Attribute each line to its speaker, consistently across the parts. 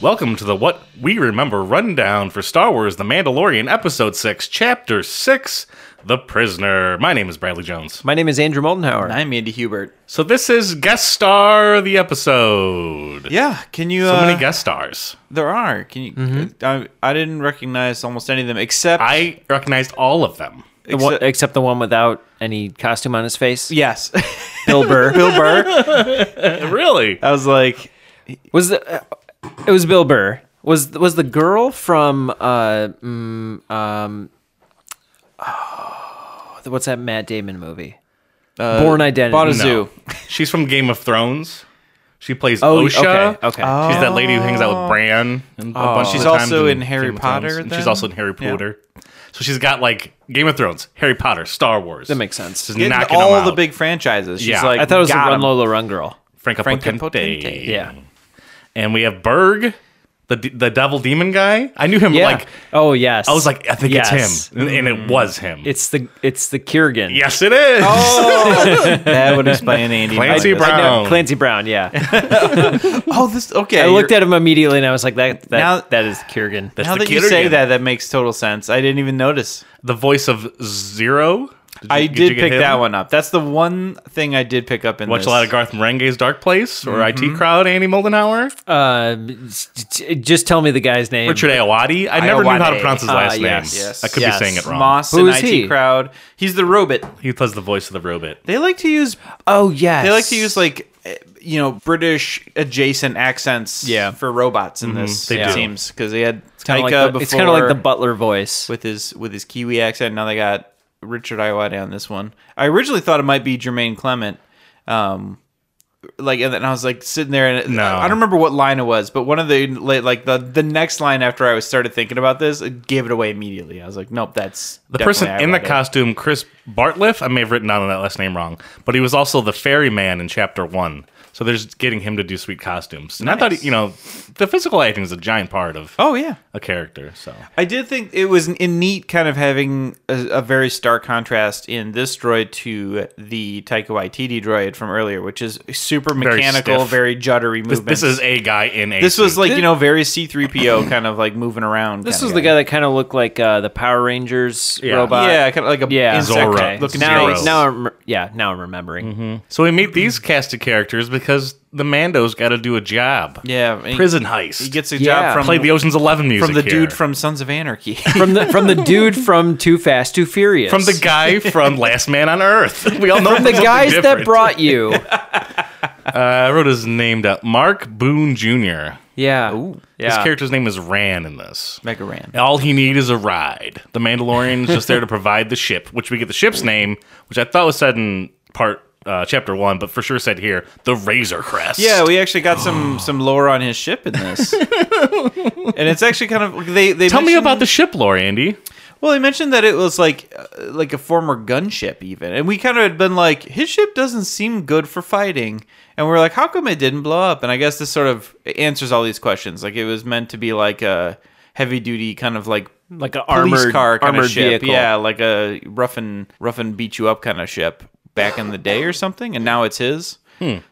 Speaker 1: Welcome to the What We Remember Rundown for Star Wars The Mandalorian, Episode 6, Chapter 6 The Prisoner. My name is Bradley Jones.
Speaker 2: My name is Andrew Moldenhauer.
Speaker 3: I'm Andy Hubert.
Speaker 1: So, this is guest star of the episode.
Speaker 3: Yeah, can you?
Speaker 1: So
Speaker 3: uh,
Speaker 1: many guest stars.
Speaker 3: there are. Can you? I, I didn't recognize almost any of them except.
Speaker 1: I recognized all of them.
Speaker 2: The one- except, the one without any costume on his face.
Speaker 3: yes,
Speaker 2: Bill Burr.
Speaker 3: Bill Burr. Uh,
Speaker 1: Really?
Speaker 3: I was like,
Speaker 2: was the, uh, it was Bill Burr. Was was the girl from uh mm, um oh, what's that Matt Damon movie? Born Identity.
Speaker 3: bought a
Speaker 1: No.
Speaker 3: zoo.
Speaker 1: She's from Game of Thrones. She plays
Speaker 2: Oh,
Speaker 1: Osha.
Speaker 2: okay, okay.
Speaker 1: She's that lady who hangs out with Bran. And a bunch of
Speaker 3: Oh. She's
Speaker 1: the times
Speaker 3: also in Harry
Speaker 1: Game of Thrones.
Speaker 3: Potter,
Speaker 1: And
Speaker 3: then?
Speaker 1: She's also in Harry
Speaker 3: Yeah.
Speaker 1: Potter. So she's got like Game of Thrones, Harry Potter, Star Wars.
Speaker 2: That makes sense.
Speaker 1: She's
Speaker 3: Getting
Speaker 1: knocking
Speaker 3: all
Speaker 1: them
Speaker 3: the
Speaker 1: out.
Speaker 3: big franchises. She's
Speaker 1: Yeah.
Speaker 3: like,
Speaker 2: I thought it was the
Speaker 3: got
Speaker 2: Run
Speaker 3: 'em.
Speaker 2: Lola Run girl.
Speaker 1: Franca
Speaker 3: Franca
Speaker 1: Potente.
Speaker 3: Potente.
Speaker 2: Yeah.
Speaker 1: And we have Berg, the d- the devil demon guy. I knew him
Speaker 2: Yeah.
Speaker 1: like
Speaker 2: oh yes.
Speaker 1: I was like I think
Speaker 2: Yes.
Speaker 1: it's him, and, and it was him.
Speaker 2: It's Oh. the it's the Kurgan.
Speaker 1: yes, it is.
Speaker 3: That would explain Andy.
Speaker 1: Clancy
Speaker 3: Myers.
Speaker 1: Brown.
Speaker 2: No, Clancy Brown, yeah.
Speaker 3: Oh, this okay.
Speaker 2: I looked
Speaker 3: you're-
Speaker 2: at him immediately and I was like, that that,
Speaker 3: Now-
Speaker 2: that is Kurgan.
Speaker 1: That's
Speaker 3: now
Speaker 1: the
Speaker 3: that you
Speaker 1: killer
Speaker 3: say
Speaker 1: again.
Speaker 3: that. That makes total sense. I didn't even notice.
Speaker 1: the voice of Zero. you-
Speaker 3: I
Speaker 1: you
Speaker 3: did
Speaker 1: get
Speaker 3: pick
Speaker 1: him?
Speaker 3: that one up. That's the one thing I did pick up in
Speaker 1: Watch
Speaker 3: this.
Speaker 1: a lot of Garth Marenghi's Dark Place or
Speaker 2: Mm-hmm.
Speaker 1: IT Crowd. Andy Moldenhauer,
Speaker 2: Uh, j- j- just tell me the guy's name.
Speaker 1: Richard Iowati. I never knew how to
Speaker 3: Iowati.
Speaker 1: pronounce his
Speaker 2: Ah,
Speaker 1: last name.
Speaker 2: yes. Yes.
Speaker 1: I could
Speaker 2: Yes.
Speaker 1: be saying it wrong.
Speaker 3: Moss
Speaker 2: Who
Speaker 3: and
Speaker 2: is
Speaker 3: IT
Speaker 2: he?
Speaker 3: Crowd. He's the robot.
Speaker 1: He plays the voice of the robot.
Speaker 3: They like to use
Speaker 2: Oh yes.
Speaker 3: They like to use like eh, you know British adjacent accents
Speaker 2: Yeah.
Speaker 3: for robots in this
Speaker 1: Mm-hmm. they
Speaker 3: it
Speaker 1: do.
Speaker 3: seems because they had
Speaker 2: Kinda
Speaker 3: Taika
Speaker 2: like the-
Speaker 3: uh, before
Speaker 2: It's kind of like the butler voice.
Speaker 3: with his with his Kiwi accent. Now they got Richard Iowati on this one. I originally thought it might be Jermaine Clement. Um, like and then I was like sitting there and
Speaker 1: No.
Speaker 3: I don't remember what line it was, but one of the like like the the next line after I was started thinking about this, it gave it away immediately. I was like, nope, that's
Speaker 1: The person in the costume,
Speaker 3: costume.
Speaker 1: Chris Bartliff, I may have written down that last name wrong, but he was also the ferryman in chapter one. So there's getting him to do sweet costumes. And I thought,
Speaker 3: Nice.
Speaker 1: you know, the physical acting is a giant part of
Speaker 3: Oh yeah,
Speaker 1: a character. So
Speaker 3: I did think it was a neat kind of having a, a very stark contrast in this droid to the Taika Waititi droid from earlier, which is super mechanical,
Speaker 1: stiff.
Speaker 3: very, juddery
Speaker 1: this,
Speaker 3: movement.
Speaker 1: this is a guy in a.
Speaker 3: this was
Speaker 1: suit.
Speaker 3: like you know very C three PO kind of like moving around.
Speaker 2: This
Speaker 3: kinda
Speaker 2: was the guy that kind of looked like uh, the Power Rangers
Speaker 1: Yeah.
Speaker 2: robot.
Speaker 3: yeah, kind of like a
Speaker 2: Yeah.
Speaker 3: insect
Speaker 1: Zorro. Okay.
Speaker 3: looking
Speaker 2: Now,
Speaker 1: Zeros. Mm-hmm.
Speaker 3: face.
Speaker 2: now, I'm, yeah. Now I'm remembering.
Speaker 1: so we meet these casted characters because the Mando's got to do a job.
Speaker 3: yeah, he-
Speaker 1: prison heist.
Speaker 3: He gets a
Speaker 2: Yeah.
Speaker 3: job from
Speaker 1: played the Ocean's Eleven music
Speaker 3: from the
Speaker 1: here.
Speaker 3: dude from Sons of Anarchy.
Speaker 2: From the from the dude from Too Fast Too Furious.
Speaker 1: from the guy from Last Man on Earth. We all know
Speaker 2: From the
Speaker 1: something
Speaker 2: guys that
Speaker 1: different. Uh,
Speaker 2: brought you.
Speaker 1: I wrote his name down. Mark Boone Jr.
Speaker 2: Yeah.
Speaker 1: His
Speaker 2: Yeah.
Speaker 1: character's name is Ran in this.
Speaker 3: Mega Ran.
Speaker 1: All he need is a ride. The Mandalorian's just there to provide the ship, which we get the ship's name, which I thought was said in part uh, chapter one, but for sure said here, the Razor Crest.
Speaker 3: Yeah, we actually got some some lore on his ship in this, and it's actually kind of they they
Speaker 1: Tell me
Speaker 3: mentioned-
Speaker 1: about the ship lore, Andy.
Speaker 3: Well, he mentioned that it was like uh, like a former gunship, even, and we kind of had been like, his ship doesn't seem good for fighting, and we are like, how come it didn't blow up? And I guess this sort of answers all these questions. Like it was meant to be like a heavy duty kind of like
Speaker 2: Like an
Speaker 3: police
Speaker 2: armored
Speaker 3: car kind
Speaker 2: armored
Speaker 3: of ship,
Speaker 2: vehicle.
Speaker 3: yeah, like a rough and rough and beat you up kind of ship back in the day or something, and now it's his.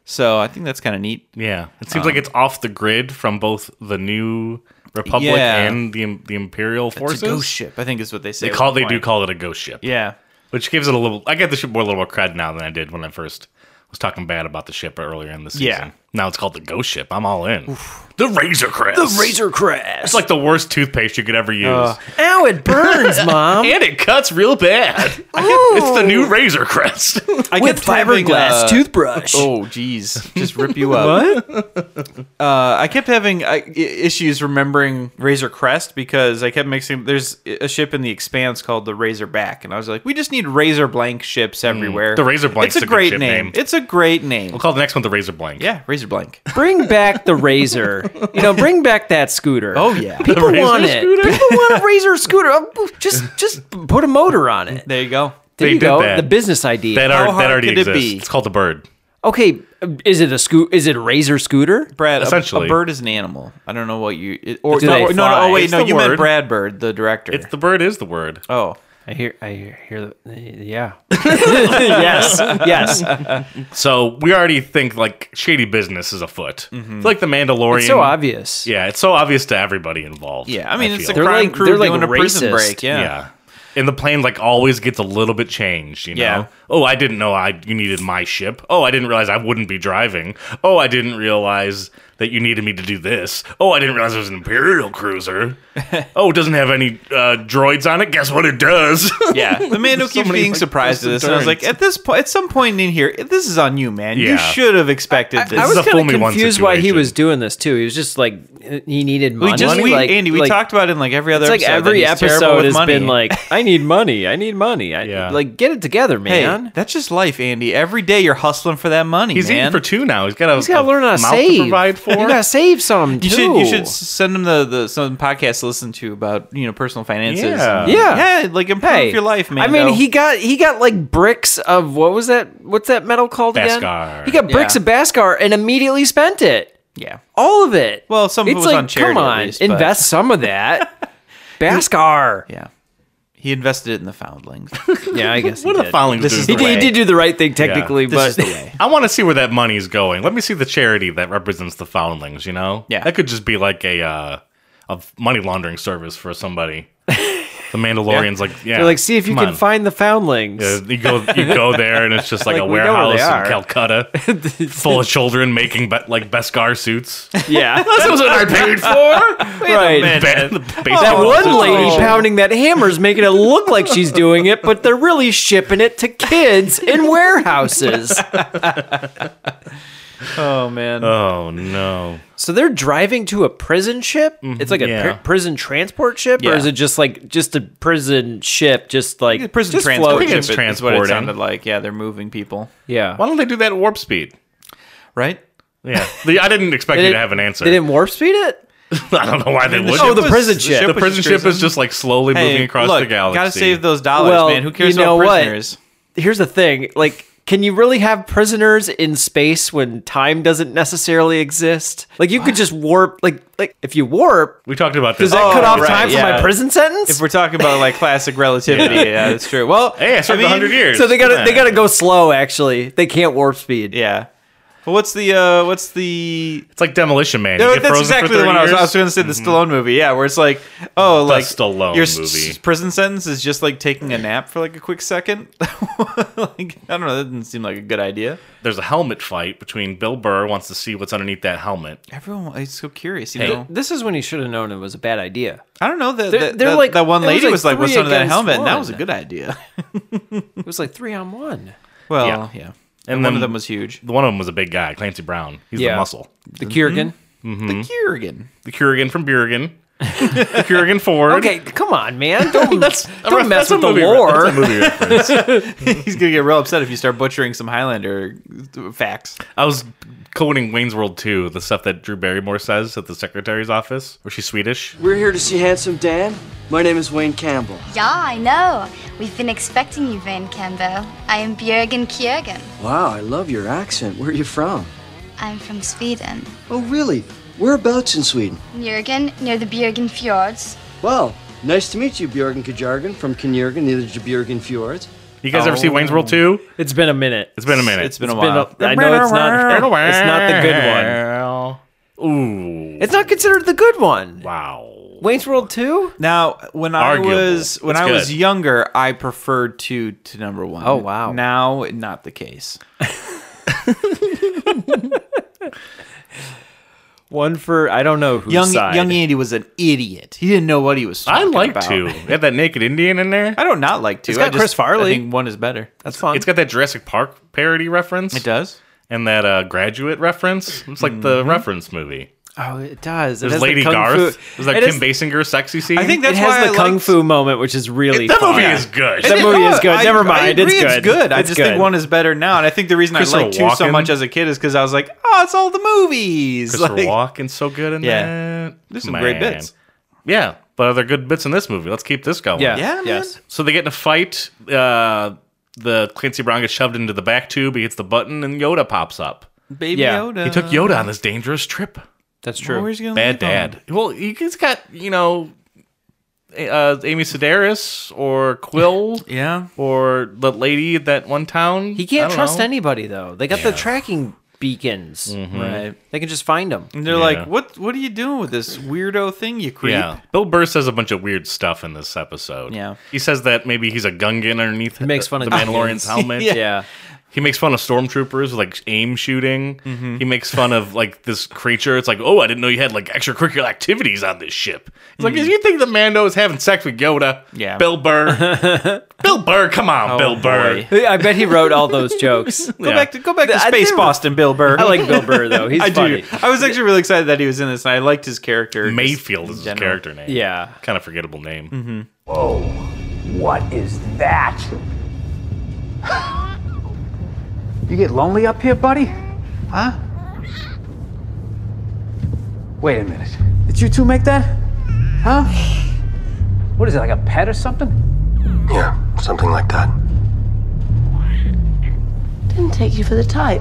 Speaker 3: So I think that's kind of neat.
Speaker 1: Yeah, it seems
Speaker 3: um,
Speaker 1: like it's off the grid from both the New Republic
Speaker 3: Yeah.
Speaker 1: and the the Imperial forces.
Speaker 3: It's a ghost ship, I think is what they say.
Speaker 1: They call
Speaker 3: at one
Speaker 1: they do
Speaker 3: point.
Speaker 1: call it a ghost ship.
Speaker 3: yeah.
Speaker 1: which gives it a little. I get the ship more a little more cred now than I did when I first was talking bad about the ship earlier in the season.
Speaker 3: Yeah.
Speaker 1: Now it's called the Ghost Ship. I'm all in. The Razor Crest. The
Speaker 2: crash.
Speaker 1: It's like the worst toothpaste you could ever use,
Speaker 3: Uh,
Speaker 2: Ow! It burns, mom.
Speaker 1: and it cuts real bad. I get- it's the new Razor Crest.
Speaker 3: I
Speaker 2: With
Speaker 3: kept having,
Speaker 2: fiberglass
Speaker 3: uh,
Speaker 2: toothbrush.
Speaker 3: Oh, jeez. Just rip you up. what? Uh, I kept having uh, i- issues remembering Razor Crest because I kept mixing. There's a ship in the Expanse called the Razorback, and I was like, we just need Razor Blank ships
Speaker 2: Hmm.
Speaker 3: everywhere.
Speaker 1: the Razor Blank's
Speaker 3: It's
Speaker 1: a
Speaker 3: a
Speaker 1: good
Speaker 3: great
Speaker 1: ship
Speaker 3: name.
Speaker 1: name.
Speaker 3: It's a great name.
Speaker 1: we'll call the next one the Razor Blank.
Speaker 3: Yeah, Razor Blank.
Speaker 2: Bring back the razor. You know, bring back that scooter.
Speaker 3: Oh, yeah.
Speaker 2: People
Speaker 1: razor
Speaker 2: want it.
Speaker 1: scooter?
Speaker 2: People want a razor scooter. Oh, Just just put a motor on it.
Speaker 3: There you go.
Speaker 2: There
Speaker 1: They
Speaker 2: you
Speaker 1: did
Speaker 2: go.
Speaker 1: that.
Speaker 2: The business idea.
Speaker 1: That,
Speaker 3: How
Speaker 1: are,
Speaker 3: hard
Speaker 1: that already
Speaker 3: could it
Speaker 1: exists.
Speaker 3: be?
Speaker 1: It's called the Bird.
Speaker 2: okay, is it a scoot? Is it a razor scooter?
Speaker 3: Brad, a-
Speaker 1: Essentially.
Speaker 3: a, bird is an animal. I don't know what you. it- or
Speaker 2: Do
Speaker 3: no,
Speaker 2: they
Speaker 3: no, no,
Speaker 2: fly?
Speaker 3: Oh wait,
Speaker 1: It's
Speaker 3: no,
Speaker 1: the
Speaker 3: you
Speaker 1: word.
Speaker 3: meant Brad Bird, the director.
Speaker 1: It's the bird is the word.
Speaker 3: oh,
Speaker 2: I hear, I hear, hear the, yeah. yes, yes.
Speaker 1: So we already think like shady business is afoot.
Speaker 3: Mm-hmm.
Speaker 1: It's like the Mandalorian.
Speaker 2: It's so obvious.
Speaker 1: Yeah, it's so obvious to everybody involved.
Speaker 3: Yeah, I mean, it's a
Speaker 1: feel.
Speaker 2: They're
Speaker 3: crime
Speaker 2: like-
Speaker 3: crew
Speaker 2: they're
Speaker 3: doing
Speaker 2: like
Speaker 3: a prison
Speaker 2: racist.
Speaker 3: break. Yeah.
Speaker 1: yeah. And the plane like always gets a little bit changed, you know.
Speaker 3: Yeah.
Speaker 1: Oh, I didn't know I you needed my ship. Oh, I didn't realize I wouldn't be driving. Oh, I didn't realize that you needed me to do this. Oh, I didn't realize it was an imperial cruiser. oh, it doesn't have any uh, droids on it. Guess what? It does.
Speaker 3: Yeah, the Mando keeps
Speaker 1: many,
Speaker 3: being
Speaker 1: like,
Speaker 3: surprised at
Speaker 1: twists
Speaker 3: this,
Speaker 1: and
Speaker 3: and I was
Speaker 1: turns.
Speaker 3: like, at this point, at some point in here, this is on you, man. You
Speaker 1: Yeah.
Speaker 3: should have expected this.
Speaker 2: I
Speaker 1: is
Speaker 2: was
Speaker 1: a
Speaker 2: kind
Speaker 1: fool
Speaker 2: of
Speaker 1: me once
Speaker 2: confused why he
Speaker 1: situation.
Speaker 2: was doing this too. He was just like he needed money.
Speaker 3: we just we,
Speaker 2: like,
Speaker 3: Andy, we
Speaker 2: like-
Speaker 3: talked about it in like every other.
Speaker 2: It's like
Speaker 3: episode that
Speaker 2: every
Speaker 3: he's terrible
Speaker 2: episode
Speaker 3: with
Speaker 2: has
Speaker 3: money.
Speaker 2: been like, I need money. I need money. I,
Speaker 1: Yeah.
Speaker 2: Like, get it together,
Speaker 3: hey,
Speaker 2: man.
Speaker 3: that's just life, Andy. Every day you're hustling for that money,
Speaker 1: He's
Speaker 3: man.
Speaker 1: eating for two now. He's got a,
Speaker 2: He's got to learn how to
Speaker 1: mouth
Speaker 2: save.
Speaker 1: to provide for.
Speaker 2: You got to save some,
Speaker 3: you
Speaker 2: too.
Speaker 3: should you should s- send him the, the some podcast to listen to about you know personal finances.
Speaker 1: Yeah.
Speaker 2: Yeah.
Speaker 3: yeah, like improve
Speaker 2: Hey,
Speaker 3: your life, man.
Speaker 2: I mean, he got he got like bricks of what was that? What's that metal called again?
Speaker 1: Bhaskar.
Speaker 2: He got bricks
Speaker 3: Yeah.
Speaker 2: of Baskar and immediately spent it.
Speaker 3: yeah.
Speaker 2: All of it.
Speaker 3: Well, some of it
Speaker 2: it's
Speaker 3: was
Speaker 2: like,
Speaker 3: on charity
Speaker 2: Come
Speaker 3: at
Speaker 2: on,
Speaker 3: least, but-
Speaker 2: invest some of that. Baskar.
Speaker 3: Yeah. He invested it in the foundlings.
Speaker 2: Yeah, I guess.
Speaker 1: What are the followings
Speaker 3: This
Speaker 1: doing
Speaker 3: is
Speaker 2: He
Speaker 1: for
Speaker 3: the
Speaker 2: did,
Speaker 1: me?
Speaker 2: he did do the right thing technically,
Speaker 3: This
Speaker 2: but
Speaker 3: is the way.
Speaker 1: I want to see where that money's going. Let me see the charity that represents the foundlings. You know,
Speaker 3: Yeah.
Speaker 1: that could just be like a uh, a money laundering service for somebody. the Mandalorians, like, yeah,
Speaker 2: they're like, see if you
Speaker 1: come
Speaker 2: can
Speaker 1: on."
Speaker 2: find the foundlings.
Speaker 1: Uh, you go, you go there, and it's just like, a
Speaker 2: we know where
Speaker 1: warehouse
Speaker 2: they
Speaker 1: in
Speaker 2: are.
Speaker 1: Calcutta, full of children making be- like Beskar suits. That's
Speaker 2: Yeah,
Speaker 1: what I paid for.
Speaker 2: right.
Speaker 1: Ba- the baseball
Speaker 2: That
Speaker 3: Oh,
Speaker 2: one
Speaker 1: suits. Oh.
Speaker 2: lady pounding that hammer is making it look like she's doing it, but they're really shipping it to kids in warehouses.
Speaker 3: oh man.
Speaker 1: Oh no!
Speaker 2: So they're driving to a prison ship. It's like a
Speaker 1: Yeah.
Speaker 2: pr- prison transport ship, or
Speaker 3: Mm-hmm. Yeah.
Speaker 2: is it just like just a prison ship? Just like
Speaker 3: The prison
Speaker 2: just
Speaker 3: transport
Speaker 2: floating?
Speaker 1: ship.
Speaker 3: is what
Speaker 1: transporting.
Speaker 3: it sounded like. Yeah, they're moving people.
Speaker 2: Yeah.
Speaker 1: Why don't they do that at warp speed?
Speaker 3: Right?
Speaker 1: Yeah, The- I didn't expect you to have an answer.
Speaker 2: They didn't warp speed it.
Speaker 1: I don't know why they would.
Speaker 2: ship the prison ship.
Speaker 1: the
Speaker 3: was
Speaker 1: prison
Speaker 3: just
Speaker 1: ship
Speaker 3: prison.
Speaker 1: is just like slowly
Speaker 3: Hey,
Speaker 1: moving across
Speaker 3: look,
Speaker 1: the galaxy.
Speaker 3: Gotta save those dollars,
Speaker 2: Well,
Speaker 3: man. Who cares
Speaker 2: you know
Speaker 3: about
Speaker 2: what?
Speaker 3: prisoners?
Speaker 2: Here's the thing: like, can you really have prisoners in space when time doesn't necessarily exist? Like, you could just warp. Like, like if you warp,
Speaker 1: We talked about this.
Speaker 2: does that
Speaker 3: Oh,
Speaker 2: cut off
Speaker 3: right,
Speaker 2: time for
Speaker 3: yeah.
Speaker 2: my prison sentence?
Speaker 3: If we're talking about like classic relativity, yeah. that's true. Well,
Speaker 1: Hey, I served
Speaker 3: mean,
Speaker 1: 100 years.
Speaker 2: so they gotta they gotta go slow. Actually, they can't warp speed.
Speaker 3: Yeah. Well, what's the uh, what's the?
Speaker 1: It's like Demolition Man.
Speaker 3: No,
Speaker 1: You get
Speaker 3: that's
Speaker 1: frozen
Speaker 3: exactly
Speaker 1: for
Speaker 3: the one I was. I
Speaker 1: 30
Speaker 3: was going to say the Stallone movie. Yeah, where it's like, oh, like
Speaker 1: Stallone
Speaker 3: your s-
Speaker 1: movie.
Speaker 3: s- prison sentence is just like taking a nap for like a quick second. like, I don't know. That didn't seem like a good idea.
Speaker 1: There's a helmet fight between Bill Burr wants to see what's underneath that helmet.
Speaker 3: Everyone is so curious. You know,
Speaker 2: This is when he should have known it was a bad idea.
Speaker 3: I don't know that
Speaker 2: They're-
Speaker 3: that,
Speaker 2: they're
Speaker 3: that,
Speaker 2: like-
Speaker 3: that one
Speaker 2: it was
Speaker 3: lady
Speaker 2: like
Speaker 3: was like, "What's
Speaker 2: three
Speaker 3: under that
Speaker 2: against
Speaker 3: helmet?" And that
Speaker 2: one.
Speaker 3: was a good idea.
Speaker 2: It was like three on one.
Speaker 3: Well, yeah,
Speaker 1: Yeah.
Speaker 3: and,
Speaker 1: And
Speaker 3: one
Speaker 1: then-
Speaker 3: of them was huge.
Speaker 1: One of them was a big guy, Clancy Brown. He's
Speaker 2: Yeah.
Speaker 1: the muscle.
Speaker 2: The Kiergan. Mm-hmm.
Speaker 3: The Kiergan.
Speaker 1: The Kurigan from Burigan. the Kurigan Ford.
Speaker 2: Okay, come on, man. Don't,
Speaker 1: A
Speaker 2: don't
Speaker 1: ref-
Speaker 2: mess
Speaker 1: that's a
Speaker 2: with the
Speaker 1: movie re-
Speaker 2: lore.
Speaker 1: that's a movie reference.
Speaker 3: He's gonna get real upset if you start butchering some Highlander uh, facts.
Speaker 1: I was quoting Wayne's World 2, the stuff that Drew Barrymore says at the secretary's office, where she's Swedish.
Speaker 4: We're here to see Handsome Dan. My name is Wayne Campbell.
Speaker 5: Yeah, I know. We've been expecting you, Van Cambo. I am Björgen Kjörgen.
Speaker 4: Wow, I love your accent. Where are you from?
Speaker 5: I'm from Sweden.
Speaker 4: Oh, really? Whereabouts in Sweden?
Speaker 5: Jörgen, near the Björgen Fjords.
Speaker 4: Well, nice to meet you, Björgen Kajargen from Kinjörgen, near the Björgen Fjords.
Speaker 1: You guys ever see Wayne's World 2?
Speaker 2: It's been a minute.
Speaker 1: It's been a minute.
Speaker 3: It's been a while.
Speaker 2: I know it's not. It's not the good one.
Speaker 1: Ooh.
Speaker 2: It's not considered the good one.
Speaker 1: wow.
Speaker 2: Wayne's World Two.
Speaker 3: Now, when
Speaker 1: Arguable.
Speaker 3: I was when
Speaker 1: It's
Speaker 3: I was
Speaker 1: good.
Speaker 3: younger, I preferred two to number one.
Speaker 2: Oh, wow.
Speaker 3: Now, not the case.
Speaker 2: One for I don't know whose
Speaker 3: Young
Speaker 2: side.
Speaker 3: young Andy was an idiot. He didn't know what he was.
Speaker 1: I
Speaker 3: talking
Speaker 1: like
Speaker 3: about.
Speaker 1: two. It had that naked Indian in there.
Speaker 3: I don't not like two.
Speaker 2: It's got
Speaker 3: I just-
Speaker 2: Chris Farley.
Speaker 3: I think one is better.
Speaker 2: That's fun.
Speaker 1: It's got that Jurassic Park parody reference.
Speaker 3: It does.
Speaker 1: And that uh, graduate reference. It's like the reference movie.
Speaker 2: oh, Mm-hmm. it does. It
Speaker 1: There's
Speaker 2: has
Speaker 1: Lady
Speaker 2: the kung
Speaker 1: Garth.
Speaker 2: Fu.
Speaker 1: There's that
Speaker 2: it
Speaker 1: Kim
Speaker 2: has-
Speaker 1: Basinger sexy scene.
Speaker 3: I think
Speaker 2: It
Speaker 3: that's why
Speaker 2: has
Speaker 3: I
Speaker 2: the kung
Speaker 3: liked-
Speaker 2: fu moment, which is really
Speaker 1: that
Speaker 2: fun.
Speaker 1: movie is good.
Speaker 2: That movie
Speaker 3: No,
Speaker 2: is good.
Speaker 3: I-
Speaker 2: Never
Speaker 3: I
Speaker 2: mind.
Speaker 3: agree,
Speaker 2: it's good.
Speaker 3: It's good. I
Speaker 2: It's
Speaker 3: just think
Speaker 2: good.
Speaker 3: one is better now, and I think the reason I
Speaker 1: Christopher
Speaker 3: like two so
Speaker 1: Walken.
Speaker 3: much as a kid is because I was like, oh, it's all the movies.
Speaker 1: Christopher
Speaker 3: like,
Speaker 1: Walken's so good in
Speaker 3: Yeah.
Speaker 1: that.
Speaker 3: There's some great
Speaker 1: Man.
Speaker 3: bits.
Speaker 1: Yeah, but are there good bits in this movie? Let's keep this going.
Speaker 2: Yeah.
Speaker 3: Yeah, man.
Speaker 2: Yes.
Speaker 1: So they get in a fight. Uh, the Clancy Brown gets shoved into the back tube. He hits the button, and Yoda pops up.
Speaker 3: Baby
Speaker 2: Yeah.
Speaker 3: Yoda.
Speaker 1: He took Yoda on this dangerous trip.
Speaker 2: That's true.
Speaker 3: Where's he gonna
Speaker 1: Bad
Speaker 3: leave him?
Speaker 1: dad. Well, he's got you know uh, Amy Sedaris or Quill
Speaker 3: Yeah.
Speaker 1: or the lady at that one town.
Speaker 2: He
Speaker 1: I
Speaker 2: can't
Speaker 1: don't
Speaker 2: trust
Speaker 1: know.
Speaker 2: anybody though. They got the tracking beacons.
Speaker 1: Mm-hmm.
Speaker 3: Right.
Speaker 2: They can just find him.
Speaker 3: And they're
Speaker 1: Yeah.
Speaker 3: like, "What? What are you doing with this weirdo thing, you creep?"
Speaker 1: Yeah, Bill Burr says a bunch of weird stuff in this episode.
Speaker 3: Yeah.
Speaker 1: he says that maybe he's a Gungan underneath. He
Speaker 2: makes fun of
Speaker 1: the Mandalorian's
Speaker 2: Gungans.
Speaker 1: helmet.
Speaker 3: Yeah.
Speaker 2: Yeah.
Speaker 1: He makes fun of stormtroopers like aim shooting.
Speaker 2: Mm-hmm.
Speaker 1: He makes fun of like this creature. It's like, oh, I didn't know you had like extracurricular activities on this ship. It's like,
Speaker 2: Mm.
Speaker 1: you think the Mando is having sex with Yoda?
Speaker 3: Yeah.
Speaker 1: Bill Burr. Bill Burr, come on,
Speaker 2: Oh,
Speaker 1: Bill Burr.
Speaker 3: boy.
Speaker 2: I bet he wrote all those jokes.
Speaker 3: Go
Speaker 1: Yeah.
Speaker 3: back to go back to
Speaker 2: I
Speaker 3: space,
Speaker 2: never-
Speaker 3: Boston, Bill Burr.
Speaker 2: I like Bill Burr though. He's
Speaker 3: I
Speaker 2: funny.
Speaker 3: do. I was actually really excited that he was in this, and I liked his character.
Speaker 1: Mayfield is his
Speaker 3: general.
Speaker 1: character name.
Speaker 2: Yeah. Mm-hmm.
Speaker 1: kind of forgettable name.
Speaker 6: Whoa, what is that? You get lonely up here, buddy? Huh? Wait a minute. Did you two make that? Huh? What is it, like a pet or something?
Speaker 7: Yeah, something like that.
Speaker 8: Didn't take you for the type.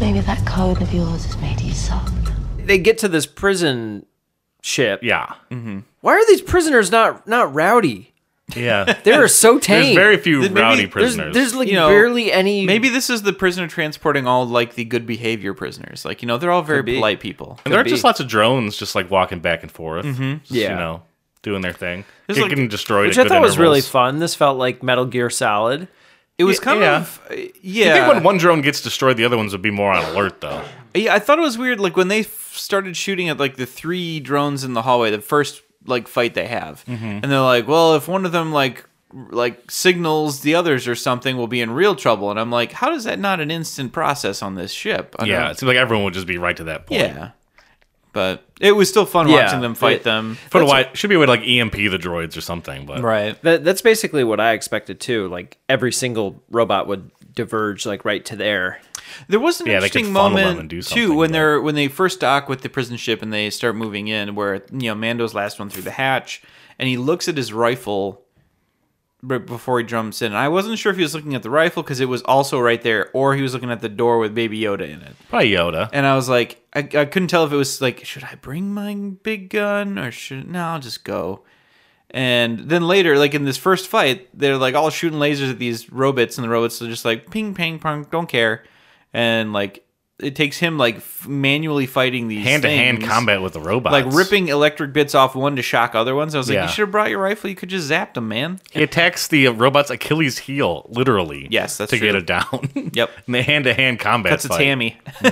Speaker 8: Maybe that code of yours has made you soft.
Speaker 2: They get to this prison ship.
Speaker 1: Yeah,
Speaker 2: Why are these prisoners not not rowdy?
Speaker 1: yeah.
Speaker 2: They are so
Speaker 1: There's
Speaker 2: tame.
Speaker 1: very few
Speaker 3: Maybe-
Speaker 1: rowdy
Speaker 3: there's-
Speaker 2: There's,
Speaker 1: prisoners.
Speaker 2: there's like
Speaker 3: You know,
Speaker 2: barely any.
Speaker 3: Maybe this is the prisoner transporting all like the good behavior prisoners. Like you know, they're all very
Speaker 2: be.
Speaker 3: polite people.
Speaker 1: and there are
Speaker 2: could
Speaker 1: just
Speaker 2: be. Mm-hmm.
Speaker 1: lots of drones just like walking back and forth. Just,
Speaker 2: Yeah.
Speaker 1: you know, doing their thing.
Speaker 3: There's,
Speaker 1: Getting
Speaker 3: like-
Speaker 1: destroyed.
Speaker 2: which
Speaker 1: at
Speaker 2: I
Speaker 1: good
Speaker 2: thought was really
Speaker 1: intervals.
Speaker 2: fun. This felt like Metal Gear Solid.
Speaker 3: It was kind
Speaker 1: yeah.
Speaker 3: of uh,
Speaker 1: I
Speaker 3: yeah.
Speaker 1: think when one drone gets destroyed, the other ones would be more on alert, though.
Speaker 3: Yeah, I thought it was weird. Like when they f- started shooting at like the three drones in the hallway, the first like fight they have,
Speaker 1: Mm-hmm.
Speaker 3: and they're like, "Well, if one of them like r- like signals the others or something, we'll be in real trouble." And I'm like, "How is that not an instant process on this ship?" I don't-
Speaker 1: Yeah, it seems like everyone would just be right to that point.
Speaker 3: yeah. But it was still fun
Speaker 2: Yeah.
Speaker 3: watching them fight
Speaker 2: It-
Speaker 3: them.
Speaker 1: For a while, it should be a way to like EMP the droids or something. But
Speaker 3: right?
Speaker 2: That, that's basically what I expected too. Like every single robot would diverge like right to there.
Speaker 3: There was an
Speaker 1: Yeah, they could
Speaker 3: interesting
Speaker 1: funnel them and
Speaker 3: moment
Speaker 1: do
Speaker 3: too
Speaker 1: something,
Speaker 3: when
Speaker 1: but-
Speaker 3: they're when they first dock with the prison ship and they start moving in, where you know Mando's last one through the hatch, and he looks at his rifle b- before he jumps in. And I wasn't sure if he was looking at the rifle because it was also right there, or he was looking at the door with Baby Yoda in it.
Speaker 1: probably Yoda.
Speaker 3: And I was like, I, I couldn't tell if it was like, should I bring my big gun or should no? I'll just go. And then later, like in this first fight, they're like all shooting lasers at these robots, and the robots are just like ping, ping, pong, don't care. And like it takes him like f- manually fighting these
Speaker 1: Hand to hand
Speaker 3: things,
Speaker 1: combat with the robots.
Speaker 3: like ripping electric bits off one to shock other ones. I was like,
Speaker 1: Yeah.
Speaker 3: you should have brought your rifle. You could just zap them, man.
Speaker 1: He attacks the uh, robot's Achilles heel, literally.
Speaker 3: Yes, that's
Speaker 1: to get
Speaker 3: true.
Speaker 1: it down.
Speaker 3: Yep.
Speaker 1: And the hand to hand combat.
Speaker 3: That's a
Speaker 1: fight.
Speaker 3: Tammy.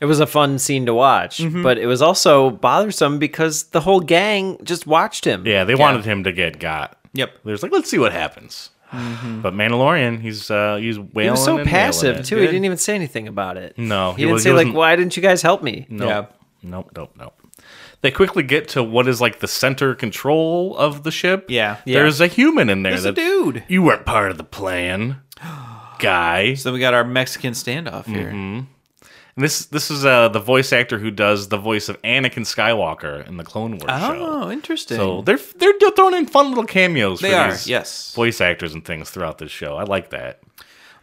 Speaker 2: It was a fun scene to watch,
Speaker 1: Mm-hmm.
Speaker 2: but it was also bothersome because the whole gang just watched him.
Speaker 1: Yeah, they wanted him to get got.
Speaker 3: Yep.
Speaker 1: There's like, let's see what happens.
Speaker 3: Mm-hmm.
Speaker 1: But Mandalorian, he's uh, he's wailing.
Speaker 2: He was so
Speaker 1: and nailing
Speaker 2: passive
Speaker 1: it.
Speaker 2: too. He didn't even say anything about it.
Speaker 1: No,
Speaker 2: he,
Speaker 1: he
Speaker 2: didn't
Speaker 1: was- he
Speaker 2: say like,
Speaker 1: wasn't-
Speaker 2: "Why didn't you guys help me?"
Speaker 1: Nope.
Speaker 3: Yeah.
Speaker 1: Nope. Nope. Nope. They quickly get to what is like the center control of the ship.
Speaker 3: Yeah. Yeah.
Speaker 1: There's a human in there.
Speaker 3: There's a
Speaker 1: that-
Speaker 3: dude.
Speaker 1: You weren't part of the plan, guy.
Speaker 3: So we got our Mexican standoff here.
Speaker 1: Mm-hmm. And this this is uh, the voice actor who does the voice of Anakin Skywalker in the Clone Wars show.
Speaker 3: Oh, interesting.
Speaker 1: So they're they're throwing in fun little cameos.
Speaker 3: They
Speaker 1: for
Speaker 3: are,
Speaker 1: these
Speaker 3: yes.
Speaker 1: voice actors and things throughout this show. I like that.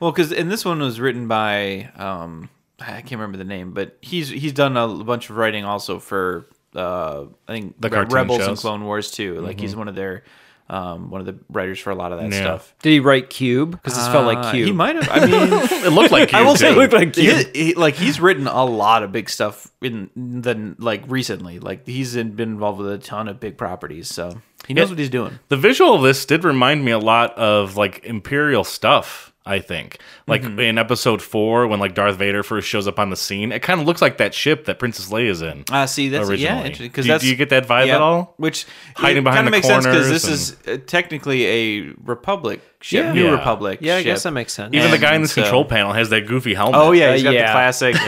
Speaker 3: Well, because and this one was written by um, I can't remember the name, but he's he's done a bunch of writing also for uh, I think
Speaker 1: The
Speaker 3: Re-
Speaker 1: cartoon
Speaker 3: Rebels and
Speaker 1: shows. Mm-hmm.
Speaker 3: Clone Wars too. Like he's one of their um, one of the writers for a lot of that
Speaker 1: Yeah.
Speaker 3: stuff.
Speaker 2: Did he write Cube? Because this felt
Speaker 3: Uh,
Speaker 2: like Cube.
Speaker 3: He might have. I mean.
Speaker 1: It looked like
Speaker 3: I will
Speaker 1: you,
Speaker 3: say,
Speaker 1: too.
Speaker 2: like you.
Speaker 3: he- he- like he's written a lot of big stuff in the like recently. Like he's in- been involved with a ton of big properties, so he knows
Speaker 1: Yeah.
Speaker 3: what he's doing.
Speaker 1: The visual of this did remind me a lot of like Imperial stuff. I think, like
Speaker 3: Mm-hmm.
Speaker 1: in Episode Four, when like Darth Vader first shows up on the scene, it kind of looks like that ship that Princess Leia's in.
Speaker 3: Ah, see, that's yeah,
Speaker 1: originally.
Speaker 3: interesting.
Speaker 1: Do
Speaker 3: Because
Speaker 1: you-
Speaker 3: that's
Speaker 1: do you get that vibe
Speaker 3: yeah,
Speaker 1: at all?
Speaker 3: Which
Speaker 1: Hiding behind
Speaker 3: kind
Speaker 1: the
Speaker 3: of makes sense because
Speaker 1: corners
Speaker 3: this is uh, technically a republic ship,
Speaker 2: Yeah.
Speaker 3: new
Speaker 1: Yeah.
Speaker 3: republic.
Speaker 2: yeah, I guess that
Speaker 3: ship.
Speaker 2: makes sense.
Speaker 1: Even the
Speaker 3: And
Speaker 1: guy in this
Speaker 3: so-
Speaker 1: control panel has that goofy helmet.
Speaker 3: Oh yeah,
Speaker 2: Uh,
Speaker 3: he's got
Speaker 2: yeah.
Speaker 3: the classic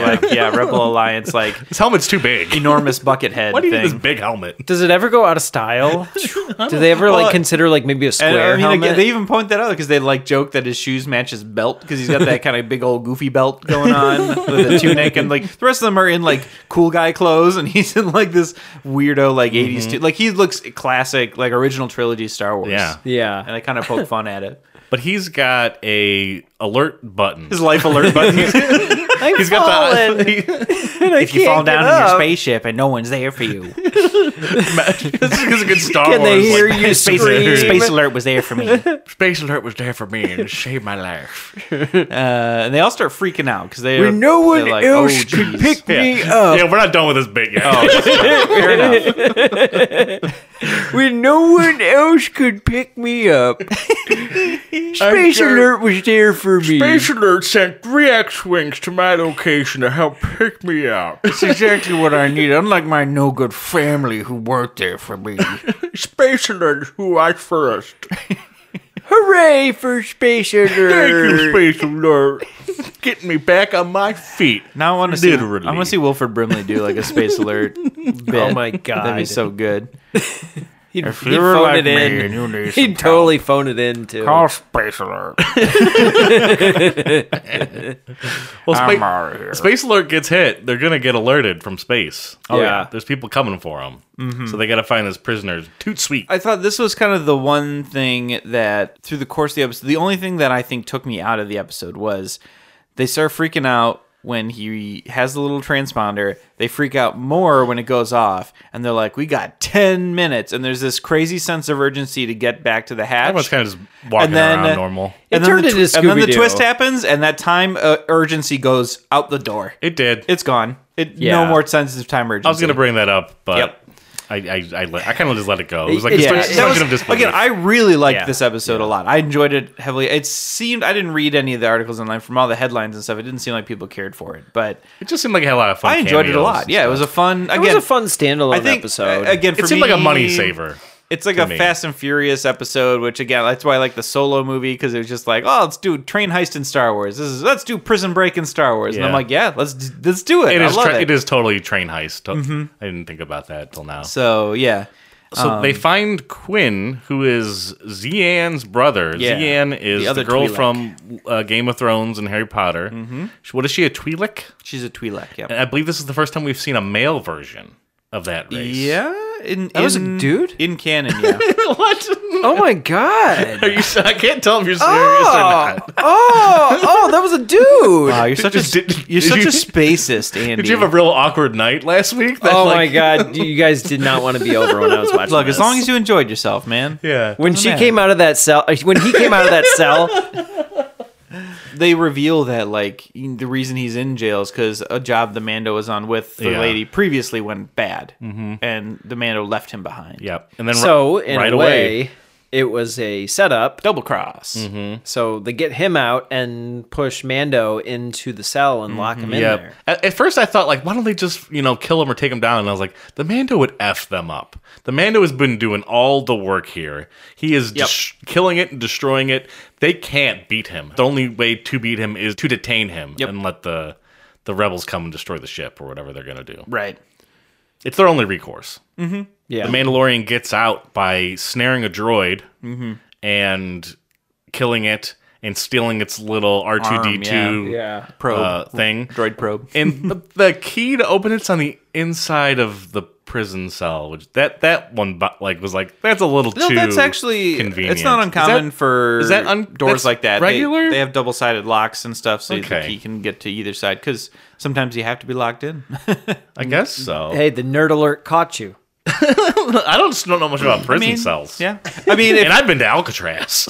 Speaker 3: like yeah Rebel Alliance like
Speaker 1: his helmet's too big.
Speaker 3: enormous bucket head
Speaker 1: Why do you
Speaker 3: thing.
Speaker 1: need this big helmet?
Speaker 2: Does it ever go out of style? Do they ever
Speaker 3: Well,
Speaker 2: like consider like maybe a
Speaker 3: and,
Speaker 2: square
Speaker 3: I mean,
Speaker 2: helmet?
Speaker 3: again, they even point that out because they like joke that his shoes match his belt because he's got that kind of big old goofy belt going on with a tunic, and like the rest of them are in like cool guy clothes, and he's in like this weirdo like '80s tu- like he looks classic like original trilogy Star Wars.
Speaker 1: Mm-hmm. Yeah.
Speaker 2: yeah,
Speaker 3: and they kind of poke fun at it.
Speaker 1: But he's got a alert button.
Speaker 3: His life alert button.
Speaker 1: he's got the
Speaker 3: if you fall
Speaker 2: can't get
Speaker 3: down in your
Speaker 2: up.
Speaker 3: spaceship and no one's there for you,
Speaker 1: this is a good Star
Speaker 2: Can
Speaker 1: Wars.
Speaker 2: they hear
Speaker 1: like,
Speaker 2: you
Speaker 1: space,
Speaker 2: scream?
Speaker 1: space,
Speaker 3: Space Alert was there for me. Uh,
Speaker 1: space alert was there for me and it saved my life.
Speaker 3: and they all start freaking out because they
Speaker 2: no one
Speaker 3: they're like,
Speaker 2: else
Speaker 3: oh,
Speaker 2: could
Speaker 3: geez." Oh,
Speaker 2: pick
Speaker 1: Yeah.
Speaker 2: me up.
Speaker 1: yeah, we're not done with this bit yet.
Speaker 3: Fair enough.
Speaker 2: When no one else could pick me up. Space
Speaker 1: sure-
Speaker 2: Alert was there for me.
Speaker 1: Space Alert sent three X-wings to my location to help pick me up.
Speaker 3: It's exactly what I need. Unlike my no good family who weren't there for me.
Speaker 1: Space Alert, is who I first.
Speaker 2: Hooray for Space
Speaker 1: Thank you,
Speaker 2: Alert.
Speaker 1: Space Alert. Get me back on my feet.
Speaker 3: Now I want to see. I
Speaker 1: Literally.
Speaker 3: want to see Wilford Brimley do like a Space Alert. Bit.
Speaker 2: Oh my god.
Speaker 3: That'd be so good.
Speaker 2: He'd, he'd
Speaker 3: you were
Speaker 2: phone
Speaker 3: like
Speaker 2: it
Speaker 3: me
Speaker 2: in.
Speaker 3: and you need
Speaker 2: he'd totally phone it in too.
Speaker 3: Space Alert.
Speaker 1: Well,
Speaker 3: I'm
Speaker 1: Spa-
Speaker 3: out of here.
Speaker 1: Space Alert gets hit. They're gonna get alerted from space.
Speaker 2: Oh, yeah.
Speaker 1: there's people coming for them, so they gotta find this prisoner. Toot sweet.
Speaker 3: Mm-hmm. I thought this was kind of the one thing that through the course of the episode, the only thing that I think took me out of the episode was they start freaking out when he has the little transponder. They freak out more when it goes off, and they're like, "We got ten minutes," and there's this crazy sense of urgency to get back to the hatch.
Speaker 1: Everyone's kind of just walking
Speaker 3: And then- uh,
Speaker 1: around normal.
Speaker 3: And
Speaker 2: It
Speaker 3: then,
Speaker 2: turned
Speaker 3: the
Speaker 2: into
Speaker 3: and then the
Speaker 2: Scooby-Doo.
Speaker 3: twist happens, and that time uh, urgency goes out the door.
Speaker 1: It did.
Speaker 3: It's gone. It no
Speaker 2: Yeah.
Speaker 3: more sense of time urgency.
Speaker 1: I was gonna bring that up, but
Speaker 3: Yep.
Speaker 1: I I I, let- I kind of just let it go. It was like
Speaker 2: Yeah.
Speaker 1: yeah,
Speaker 2: That
Speaker 3: That was-
Speaker 1: suspension of disbelief.
Speaker 3: again, I really liked
Speaker 2: Yeah.
Speaker 3: this episode a lot. I enjoyed it heavily. It seemed I didn't read any of the articles online from all the headlines and stuff. It didn't seem like people cared for it, but
Speaker 1: it just seemed like it had a lot of fun.
Speaker 3: I enjoyed it a
Speaker 1: cameos
Speaker 3: lot.
Speaker 1: and
Speaker 3: Yeah, it was a
Speaker 1: stuff.
Speaker 3: fun. Again,
Speaker 2: It was a fun standalone
Speaker 3: I think,
Speaker 2: episode.
Speaker 3: uh, again, for
Speaker 1: It seemed like a
Speaker 3: me,
Speaker 1: money saver.
Speaker 3: It's like
Speaker 1: to
Speaker 3: a
Speaker 1: me.
Speaker 3: Fast and Furious episode, which again, that's why I like the solo movie because it was just like, oh, let's do train heist in Star Wars. This is let's do prison break in Star Wars, and I'm
Speaker 1: Yeah.
Speaker 3: like, yeah, let's d- let's do it.
Speaker 1: It
Speaker 3: I
Speaker 1: is.
Speaker 3: love
Speaker 1: tra-
Speaker 3: it. Mm-hmm.
Speaker 1: it is totally train heist. I didn't think about that till now.
Speaker 3: So yeah,
Speaker 1: So they find Quinn, who is Zian's brother.
Speaker 3: Yeah.
Speaker 1: Zian is
Speaker 3: The
Speaker 1: the,
Speaker 3: other
Speaker 1: girl
Speaker 3: Twi'lek.
Speaker 1: from uh, Game of Thrones and Harry Potter. She- What is she, a Twi'lek?
Speaker 3: she's a Twi'lek. Yeah,
Speaker 1: And I believe this is the first time we've seen a male version of that race.
Speaker 3: yeah. In,
Speaker 2: was a
Speaker 3: in-
Speaker 2: dude?
Speaker 3: in canon. Yeah.
Speaker 1: what?
Speaker 2: oh my god.
Speaker 1: Are you, I can't tell if you're serious or
Speaker 2: Oh,
Speaker 1: not.
Speaker 2: oh, oh, that was a dude.
Speaker 3: Wow, you're such a
Speaker 1: Did- did
Speaker 3: you're such
Speaker 1: you-
Speaker 3: a spacist, Andy.
Speaker 1: Did you have a real awkward night last week? That,
Speaker 2: oh
Speaker 1: like-
Speaker 2: my god, you guys did not want to be over when I was watching.
Speaker 3: Look,
Speaker 2: this.
Speaker 3: as long as you enjoyed yourself, man.
Speaker 1: Yeah.
Speaker 2: when she
Speaker 3: matter.
Speaker 2: came out of that cell, uh, when he came out of that cell,
Speaker 3: They reveal that like the reason he's in jail is because a job the Mando was on with the
Speaker 1: Yeah.
Speaker 3: lady previously went bad, mm-hmm. and the Mando left him behind.
Speaker 1: yeah. And then
Speaker 2: so
Speaker 1: ri-
Speaker 2: in
Speaker 1: right
Speaker 2: a
Speaker 1: away.
Speaker 2: way, it was a setup.
Speaker 3: Double cross.
Speaker 1: Mm-hmm.
Speaker 2: So they get him out and push Mando into the cell and lock him in
Speaker 1: Yeah.
Speaker 2: there.
Speaker 1: At, at first, I thought like, why don't they just you know kill him or take him down? And I was like, the Mando would f them up. The Mando has been doing all the work here. He is dis- killing it and destroying it. They can't beat him. The only way to beat him is to detain him and let the the rebels come and destroy the ship or whatever they're gonna do.
Speaker 3: Right.
Speaker 1: It's their only recourse.
Speaker 2: Mm-hmm. Yeah,
Speaker 1: The Mandalorian gets out by snaring a droid
Speaker 2: Mm-hmm.
Speaker 1: and killing it and stealing its little R two D
Speaker 3: Arm,
Speaker 1: two
Speaker 2: yeah.
Speaker 3: Probe.
Speaker 1: thing
Speaker 3: Droid probe.
Speaker 1: and but the key to open it's on the inside of the prison cell which that that one bu- like was like that's a little
Speaker 3: No,
Speaker 1: too
Speaker 3: that's actually
Speaker 1: convenient
Speaker 3: It's not
Speaker 1: Is that-
Speaker 3: uncommon for
Speaker 1: is that un-
Speaker 3: doors
Speaker 1: that's
Speaker 3: like that. They-
Speaker 1: regular
Speaker 3: They, have double sided locks and stuff, so the
Speaker 1: Okay.
Speaker 3: key can get to either side. Because sometimes you have to be locked in.
Speaker 1: i guess so
Speaker 2: Hey, the nerd alert caught you.
Speaker 1: i don't just don't know much about prison
Speaker 3: I mean,
Speaker 1: cells
Speaker 3: Yeah. I mean, if
Speaker 1: and i've been to alcatraz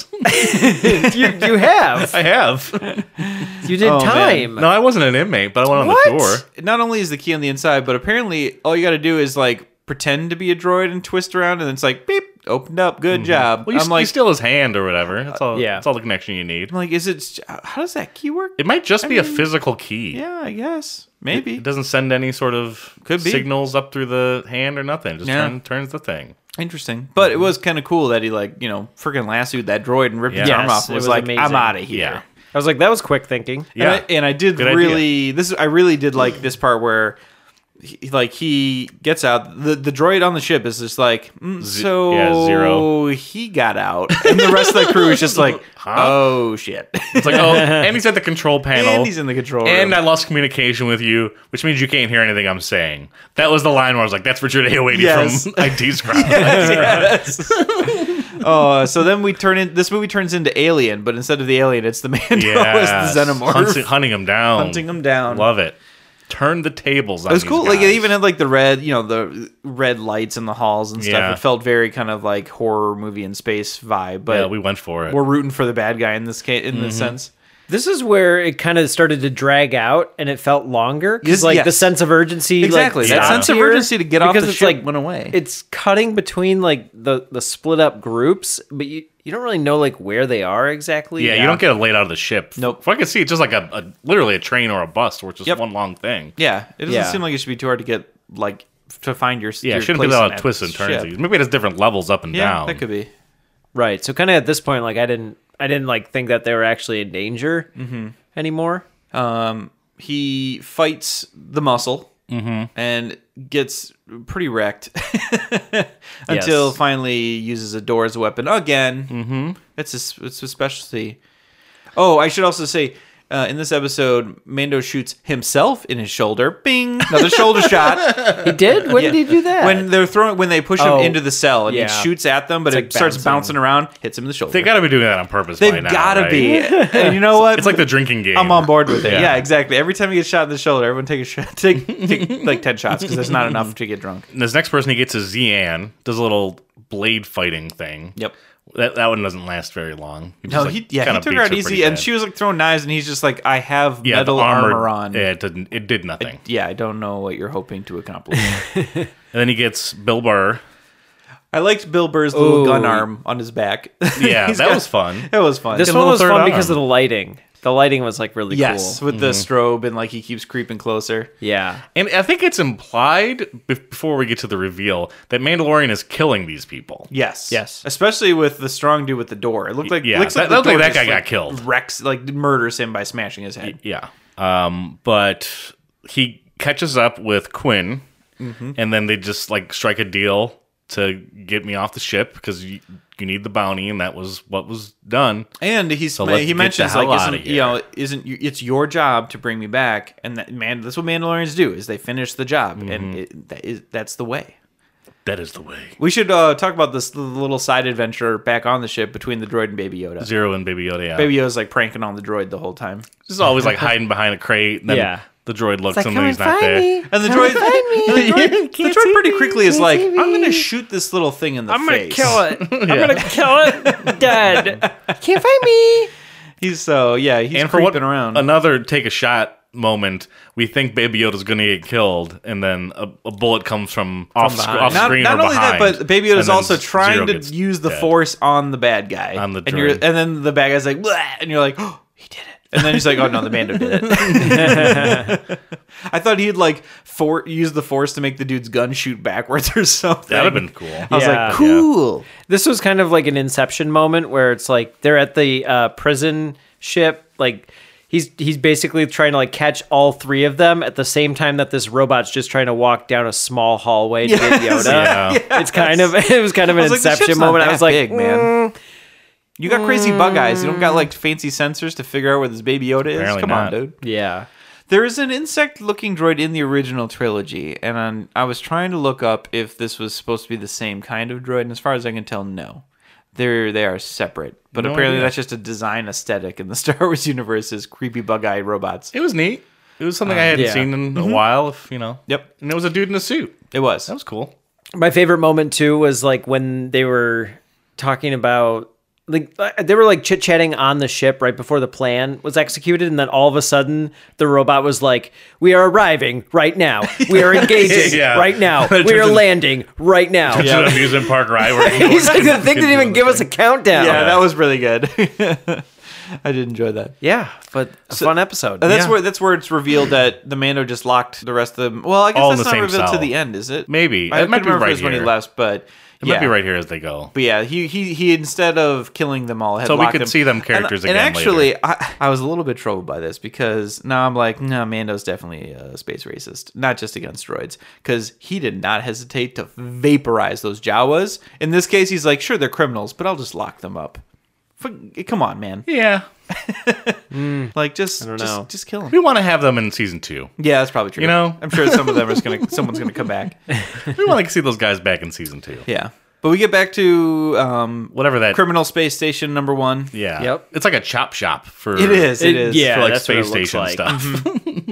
Speaker 2: You, you have.
Speaker 1: i have
Speaker 2: You did time.
Speaker 1: no i wasn't an inmate but i went on the tour
Speaker 3: not only is the key on the inside, but apparently all you got to do is like pretend to be a droid and twist around, and it's like beep, opened up, good job.
Speaker 1: Mm-hmm. well you,
Speaker 3: I'm
Speaker 1: s- you
Speaker 3: like,
Speaker 1: steal his hand or whatever that's all
Speaker 2: yeah.
Speaker 1: that's all the connection you need
Speaker 3: I'm like, is it? How does that key work?
Speaker 1: it might just be a physical key
Speaker 3: yeah, I guess maybe.
Speaker 1: it doesn't send any sort of
Speaker 3: Could be.
Speaker 1: signals up through the hand or nothing. It just
Speaker 3: Yeah.
Speaker 1: turn, turns the thing.
Speaker 3: Interesting, but it
Speaker 1: Mm-hmm.
Speaker 3: was kind of cool that he like you know freaking lassoed that droid and ripped his
Speaker 1: Yeah.
Speaker 3: arm
Speaker 2: Yes,
Speaker 3: off. And
Speaker 2: it
Speaker 3: was,
Speaker 2: was
Speaker 3: like, I'm
Speaker 2: amazing.
Speaker 3: out of here.
Speaker 1: Yeah.
Speaker 2: I was like, that was quick thinking.
Speaker 1: Yeah.
Speaker 3: And I, and I did
Speaker 1: Good idea.
Speaker 3: really this is I really did like this part where he, like he gets out the the droid on the ship is just like mm, so
Speaker 1: yeah, zero.
Speaker 3: he got out and the rest of the crew is just like oh shit
Speaker 1: It's like, oh, and he's at the control panel.
Speaker 3: and he's in the control room
Speaker 1: And I lost communication with you, which means you can't hear anything I'm saying. That was the line where I was like, that's Richard Ayoade
Speaker 3: Yes.
Speaker 1: from ID's crowd.
Speaker 3: Yes. oh so then we turn in this movie turns into Alien but instead of the alien it's the Mando
Speaker 1: Yeah.
Speaker 3: as the xenomorph
Speaker 1: Hunting, hunting him down.
Speaker 3: Hunting him down.
Speaker 1: Love it. turned the tables on
Speaker 3: It was
Speaker 1: these
Speaker 3: cool. Like it
Speaker 1: guys.
Speaker 3: even had like the red, you know, the red lights in the halls and stuff.
Speaker 1: Yeah.
Speaker 3: It felt very kind of like horror movie in space vibe. But
Speaker 1: yeah, we went for it. Mm-hmm.
Speaker 3: are rooting for the bad guy in this case, in this sense.
Speaker 2: This is where it kind of started to drag out, and it felt longer
Speaker 3: Yes,
Speaker 2: because, like,
Speaker 3: yes.
Speaker 2: the sense of urgency,
Speaker 3: Exactly.
Speaker 2: like,
Speaker 3: That
Speaker 2: stopped
Speaker 3: sense of
Speaker 2: here
Speaker 3: urgency to get off
Speaker 2: because
Speaker 3: the
Speaker 2: it's
Speaker 3: ship
Speaker 2: like
Speaker 3: went away.
Speaker 2: It's cutting between like the the split up groups, but you you don't really know like where they are exactly.
Speaker 1: yeah, you don't get laid out of the ship.
Speaker 3: Nope.
Speaker 1: If I could see it, just like a, a literally a train or a bus, or just
Speaker 3: Yep.
Speaker 1: one long thing.
Speaker 3: Yeah, it doesn't
Speaker 2: Yeah.
Speaker 3: seem like it should be too hard to get like to find your.
Speaker 1: Yeah,
Speaker 3: your
Speaker 1: it shouldn't be
Speaker 3: place in
Speaker 1: that
Speaker 3: that
Speaker 1: twists and turns.
Speaker 3: ship.
Speaker 1: Maybe it has different levels up and
Speaker 3: Yeah,
Speaker 1: down.
Speaker 3: that could be.
Speaker 2: right. So kind of at this point, like I didn't I didn't like think that they were actually in danger
Speaker 3: Mm-hmm.
Speaker 2: anymore.
Speaker 3: He fights the muscle and gets pretty wrecked until
Speaker 2: Yes.
Speaker 3: finally uses a door as a weapon again. Mm-hmm. It's a, it's a specialty. Oh, I should also say. Uh, in this episode, Mando shoots himself in his shoulder. Bing! Another shoulder shot.
Speaker 2: He did. When did he do that?
Speaker 3: When they're throwing, when they push
Speaker 2: Oh,
Speaker 3: him into the cell, and
Speaker 2: yeah.
Speaker 3: he shoots at them, but
Speaker 2: It's
Speaker 3: it
Speaker 2: like
Speaker 3: starts
Speaker 2: bouncing.
Speaker 3: bouncing around, hits him in the shoulder.
Speaker 1: They got to be doing that on purpose. by
Speaker 3: They've
Speaker 1: now,
Speaker 3: gotta
Speaker 1: right?
Speaker 3: be. And you know what?
Speaker 1: It's like the drinking game.
Speaker 3: I'm on board with it.
Speaker 1: Yeah.
Speaker 3: Yeah. exactly. Every time you get shot in the shoulder, everyone take a shot, take, take like ten shots because there's not
Speaker 1: Mm-hmm.
Speaker 3: enough to get drunk.
Speaker 1: And this next person, he gets a Zian, does a little blade fighting thing.
Speaker 3: Yep.
Speaker 1: That, that one doesn't last very long. He
Speaker 3: No,
Speaker 1: just,
Speaker 3: he
Speaker 1: like,
Speaker 3: yeah he
Speaker 1: kinda
Speaker 3: took
Speaker 1: beats
Speaker 3: her out
Speaker 1: pretty
Speaker 3: easy, and
Speaker 1: bad.
Speaker 3: she was like throwing knives, and he's just like, I have
Speaker 1: yeah,
Speaker 3: metal
Speaker 1: the armor,
Speaker 3: armor on.
Speaker 1: Yeah, it didn't. It did nothing. And
Speaker 3: Yeah, I don't know what you're hoping to accomplish.
Speaker 1: then he gets Bill Burr.
Speaker 3: I liked Bill Burr's little
Speaker 2: Ooh.
Speaker 3: gun arm on his back.
Speaker 1: Yeah,
Speaker 3: He's
Speaker 1: that
Speaker 3: got-
Speaker 1: was fun.
Speaker 3: That was fun.
Speaker 2: this
Speaker 1: His
Speaker 2: one
Speaker 1: little
Speaker 2: was
Speaker 1: third
Speaker 2: fun because of
Speaker 1: arm.
Speaker 2: the lighting. The lighting was like really
Speaker 3: yes,
Speaker 2: cool.
Speaker 3: with the
Speaker 1: Mm-hmm.
Speaker 3: strobe and like he keeps creeping closer.
Speaker 2: Yeah.
Speaker 1: And I think it's implied be- before we get to the reveal that Mandalorian is killing these people.
Speaker 3: Yes.
Speaker 2: Yes.
Speaker 3: Especially with the strong dude with the door. It looked like
Speaker 1: Yeah,
Speaker 3: looks like
Speaker 1: that- that
Speaker 3: the
Speaker 1: looked like that
Speaker 3: door just,
Speaker 1: guy
Speaker 3: like,
Speaker 1: got killed.
Speaker 3: Wrecks like murders him by smashing his head.
Speaker 1: Yeah. Um, but he catches up with Quinn,
Speaker 3: Mm-hmm.
Speaker 1: and then they just like strike a deal to get me off the ship because you, you need the bounty, and that was what was done.
Speaker 3: And he's
Speaker 1: So let's
Speaker 3: he
Speaker 1: get
Speaker 3: mentions
Speaker 1: the hell
Speaker 3: like
Speaker 1: outta
Speaker 3: isn't, you
Speaker 1: here.
Speaker 3: know isn't you, it's your job to bring me back and that man that's what Mandalorians do is they finish the job and
Speaker 1: Mm-hmm.
Speaker 3: it, that is that's the way.
Speaker 1: That is the way.
Speaker 3: We should uh, talk about this little side adventure back on the ship between the droid and Baby Yoda.
Speaker 1: Zero and Baby Yoda. Yeah.
Speaker 3: Baby Yoda's like pranking on the droid the whole time,
Speaker 1: Just always like hiding behind a crate. And then
Speaker 2: Yeah.
Speaker 1: The droid looks and then he's not there.
Speaker 3: and the droid, the droid, the droid pretty quickly is like, "I'm gonna shoot this little thing in the face."
Speaker 2: it. I'm gonna kill it. Dead. Can't find me.
Speaker 3: He's so yeah, he's
Speaker 1: and for
Speaker 3: creeping
Speaker 1: what
Speaker 3: around.
Speaker 1: another take a shot moment, we think Baby Yoda's going to get killed, and then a, a bullet comes from off, sc-
Speaker 3: behind.
Speaker 1: off
Speaker 3: not,
Speaker 1: screen
Speaker 3: not
Speaker 1: or
Speaker 3: only
Speaker 1: behind.
Speaker 3: that, but Baby
Speaker 1: and
Speaker 3: Yoda's
Speaker 1: then
Speaker 3: also
Speaker 1: Zero
Speaker 3: trying to
Speaker 1: gets
Speaker 3: use the
Speaker 1: dead.
Speaker 3: force on the bad guy.
Speaker 1: On the
Speaker 3: and you're,
Speaker 1: droid.
Speaker 3: and then the bad guy's like, "Bleh," and you're like, oh, he did it. And then he's like, oh no, the Mando did it. I thought he'd like for use the force to make the dude's gun shoot backwards or something.
Speaker 1: That would have been cool.
Speaker 3: I was
Speaker 2: Yeah.
Speaker 3: like, cool.
Speaker 2: This was kind of like an inception moment where it's like they're at the uh, prison ship. Like he's he's basically trying to like catch all three of them at the same time that this robot's just trying to walk down a small hallway to get Yoda.
Speaker 1: Yeah.
Speaker 2: It's kind of it was kind of an
Speaker 3: I was like, the
Speaker 2: inception
Speaker 3: ship's not
Speaker 2: moment. I
Speaker 3: that
Speaker 2: was like, "Mm."
Speaker 3: big, man. You got crazy bug eyes. You don't got like fancy sensors to figure out where this baby Yoda is.
Speaker 1: Apparently
Speaker 3: Come
Speaker 1: not.
Speaker 3: on, dude.
Speaker 2: yeah,
Speaker 3: There is an insect looking droid in the original trilogy, and um, I was trying to look up if this was supposed to be the same kind of droid, and as far as I can tell, no. They're, they are separate, but
Speaker 1: No
Speaker 3: apparently
Speaker 1: idea.
Speaker 3: that's just a design aesthetic in the Star Wars universe is creepy bug eyed robots.
Speaker 1: It was neat. It was something I hadn't
Speaker 2: yeah.
Speaker 1: seen in a while, if you know.
Speaker 3: Yep.
Speaker 1: And it was a dude in a suit.
Speaker 3: It was.
Speaker 1: That was cool.
Speaker 2: my favorite moment too was like when they were talking about like uh, they were like chit chatting on the ship right before the plan was executed, and then all of a sudden the robot was like, "We are arriving right now. We are engaging
Speaker 1: Yeah.
Speaker 2: right now.
Speaker 1: Turns
Speaker 2: We are
Speaker 1: into-
Speaker 2: landing right now."
Speaker 1: It's an amusement park ride. Where he
Speaker 2: He's like,
Speaker 1: walks
Speaker 2: the
Speaker 1: in
Speaker 2: thing
Speaker 1: and
Speaker 2: didn't even give us a countdown.
Speaker 3: yeah,
Speaker 2: Yeah,
Speaker 3: that was really good. I did enjoy that. Uh,
Speaker 2: but a fun episode.
Speaker 3: That's
Speaker 1: Yeah.
Speaker 3: where that's where it's revealed that the Mando just locked the rest of them. Well, I guess
Speaker 1: All in
Speaker 3: that's
Speaker 1: the
Speaker 3: not
Speaker 1: same
Speaker 3: revealed
Speaker 1: cell.
Speaker 3: to the end, is it?
Speaker 1: Maybe.
Speaker 3: I
Speaker 1: It might
Speaker 3: couldn't
Speaker 1: be
Speaker 3: remember if
Speaker 1: right
Speaker 3: it was when he
Speaker 1: here.
Speaker 3: left, but
Speaker 1: It
Speaker 3: yeah.
Speaker 1: might be right here as they go.
Speaker 3: But yeah, he he he instead of killing them all, had
Speaker 1: So we
Speaker 3: locked
Speaker 1: could see them characters
Speaker 3: and,
Speaker 1: again
Speaker 3: And actually, I, I was a little bit troubled by this because now I'm like, no, Mando's definitely a space racist, not just against droids, because he did not hesitate to vaporize those Jawas. In this case, he's like, sure, they're criminals, but I'll just lock them up. F- Come on, man!
Speaker 1: Yeah.
Speaker 3: Like just
Speaker 2: know.
Speaker 3: just, just kill them.
Speaker 1: We want to have them in season two.
Speaker 3: Yeah, that's probably true.
Speaker 1: You know?
Speaker 3: I'm sure some of them is gonna someone's gonna come back.
Speaker 1: We want to see those guys back in season two.
Speaker 3: Yeah, but we get back to um,
Speaker 1: Whatever that
Speaker 3: criminal space station number one.
Speaker 1: Yeah.
Speaker 2: Yep.
Speaker 1: It's like a chop shop for
Speaker 3: It is.
Speaker 2: It-
Speaker 3: It is.
Speaker 2: yeah.
Speaker 1: for like
Speaker 2: that's what it
Speaker 1: space
Speaker 2: looks
Speaker 1: station
Speaker 2: like. Mm-hmm.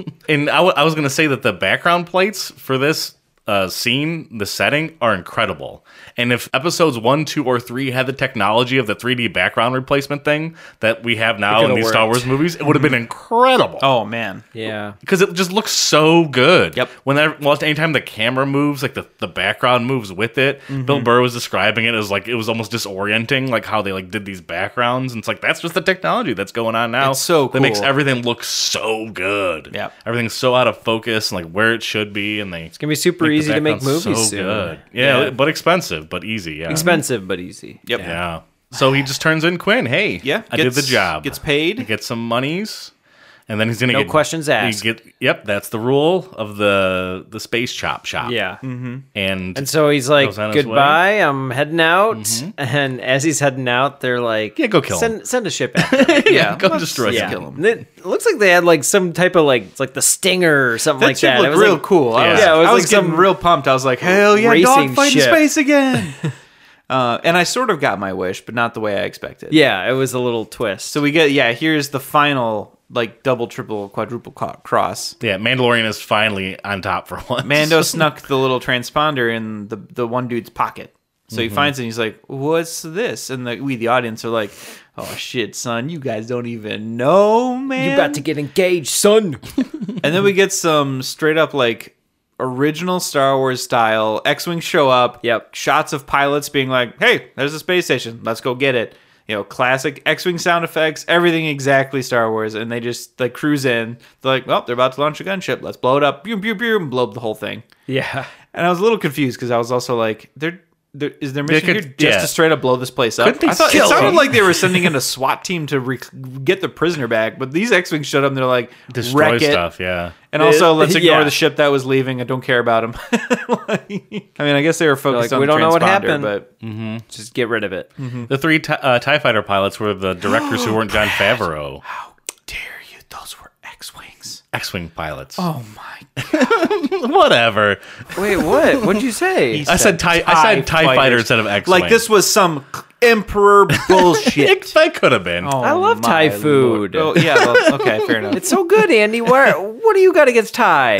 Speaker 1: stuff. And I, w- I was going to say that the background plates for this uh, scene, the setting, are incredible. And if episodes one, two, or three had the technology of the 3D background replacement thing that we have now in
Speaker 2: could've
Speaker 1: these Star Wars
Speaker 2: worked.
Speaker 1: movies, it would have been incredible.
Speaker 3: Oh man.
Speaker 2: Yeah.
Speaker 1: Because it just looks so good.
Speaker 3: Yep.
Speaker 1: Whenever, well, anytime the camera moves, like the, the background moves with it.
Speaker 2: Mm-hmm.
Speaker 1: Bill Burr was describing it as like it was almost disorienting, like how they like did these backgrounds. And it's like that's just the technology that's going on now.
Speaker 3: It's so
Speaker 1: that makes
Speaker 3: cool.
Speaker 1: everything look so good.
Speaker 3: Yep.
Speaker 1: everything's so out of focus and like where it should be. And they it's
Speaker 2: gonna be super easy to make movies soon.
Speaker 1: Yeah,
Speaker 2: Yeah.
Speaker 1: but expensive, but easy. Yeah,
Speaker 2: Expensive but easy.
Speaker 3: Yep.
Speaker 1: Yeah. So he just turns in Quinn. Hey,
Speaker 3: Yeah,
Speaker 1: I did
Speaker 3: gets-
Speaker 1: the job.
Speaker 3: gets paid.
Speaker 1: He gets some monies, and then he's gonna
Speaker 2: No
Speaker 1: get
Speaker 2: questions
Speaker 1: he
Speaker 2: asked.
Speaker 1: Get, yep, that's the rule of the the space chop shop.
Speaker 2: Yeah.
Speaker 1: and
Speaker 2: And so he's like,
Speaker 1: Goes on his way.
Speaker 2: "Goodbye, I'm heading out." And as he's heading out, they're like,
Speaker 1: Yeah, go kill
Speaker 2: send,
Speaker 1: him."
Speaker 2: Send a ship." After him.
Speaker 3: Yeah.
Speaker 1: go
Speaker 3: let's-
Speaker 1: destroy
Speaker 2: yeah.
Speaker 1: yeah.
Speaker 3: kill him.
Speaker 2: And It it looks like they had like some type of like it's like the stinger or something
Speaker 3: That
Speaker 2: like
Speaker 3: ship
Speaker 2: that. It
Speaker 3: looked
Speaker 2: was
Speaker 3: real
Speaker 2: like-
Speaker 3: cool. I
Speaker 1: Yeah.
Speaker 3: was,
Speaker 1: Yeah,
Speaker 2: it was
Speaker 3: I was
Speaker 2: like
Speaker 3: getting
Speaker 2: some
Speaker 3: real pumped. I was like, hell yeah,
Speaker 2: racing
Speaker 3: dog fighting
Speaker 2: ship.
Speaker 3: space again. uh, and I sort of got my wish, but not the way I expected.
Speaker 2: Yeah, it was a little twist.
Speaker 3: So we get yeah. Here's the final like double, triple, quadruple co- cross.
Speaker 1: Yeah, Mandalorian is finally on top for once.
Speaker 3: Mando snuck the little transponder in the the one dude's pocket. So
Speaker 2: Mm-hmm.
Speaker 3: he finds it and he's like, What's this? And the, we, the audience, are like, Oh shit, son, you guys don't even know, man.
Speaker 2: you about to get engaged, son.
Speaker 3: And
Speaker 1: Mm-hmm.
Speaker 3: then we get some straight up like original Star Wars style X Wings show up.
Speaker 2: Yep.
Speaker 3: Shots of pilots being like, Hey, there's a space station. Let's go get it. You know, classic X Wing sound effects, everything exactly Star Wars. And they just like cruise in. They're like, Well, they're about to launch a gunship. Let's blow it up. Boom, boom, boom, blow up the whole thing.
Speaker 2: yeah.
Speaker 3: And I was a little confused because I was also like, "They're, they're is their mission
Speaker 1: could-
Speaker 3: here just
Speaker 1: yeah.
Speaker 3: to straight up blow this place up?"
Speaker 1: Couldn't they
Speaker 3: I thought it
Speaker 1: kill
Speaker 3: sounded
Speaker 1: them?
Speaker 3: like they were sending in a SWAT team to re- get the prisoner back, but these X wings showed up. and They're like,
Speaker 1: destroy
Speaker 3: "Wreck it,"
Speaker 1: stuff. Yeah,
Speaker 3: and also let's
Speaker 2: Yeah.
Speaker 3: ignore the ship that was leaving. I don't care about them. I mean, I guess they were focused
Speaker 2: like,
Speaker 3: on
Speaker 2: "We
Speaker 3: the
Speaker 2: don't know what
Speaker 3: transponder,
Speaker 2: happened."
Speaker 3: but
Speaker 2: Just get rid of it.
Speaker 1: the three t- uh, Tie Fighter pilots were the directors who weren't John Favreau,
Speaker 3: how dare you? Those were X wings.
Speaker 1: X-wing pilots.
Speaker 3: Oh my!
Speaker 1: Whatever.
Speaker 2: Wait, what? What'd you say?
Speaker 1: I said tie. I said Tie Fighter instead of X-wing.
Speaker 3: Like this was some emperor bullshit.
Speaker 1: It, that could have been.
Speaker 3: Oh
Speaker 2: I love
Speaker 3: my
Speaker 2: Thai
Speaker 3: lord.
Speaker 2: food.
Speaker 3: Oh yeah. Well, okay, fair enough.
Speaker 2: It's so good, Andy. Where? What do you got against Ty?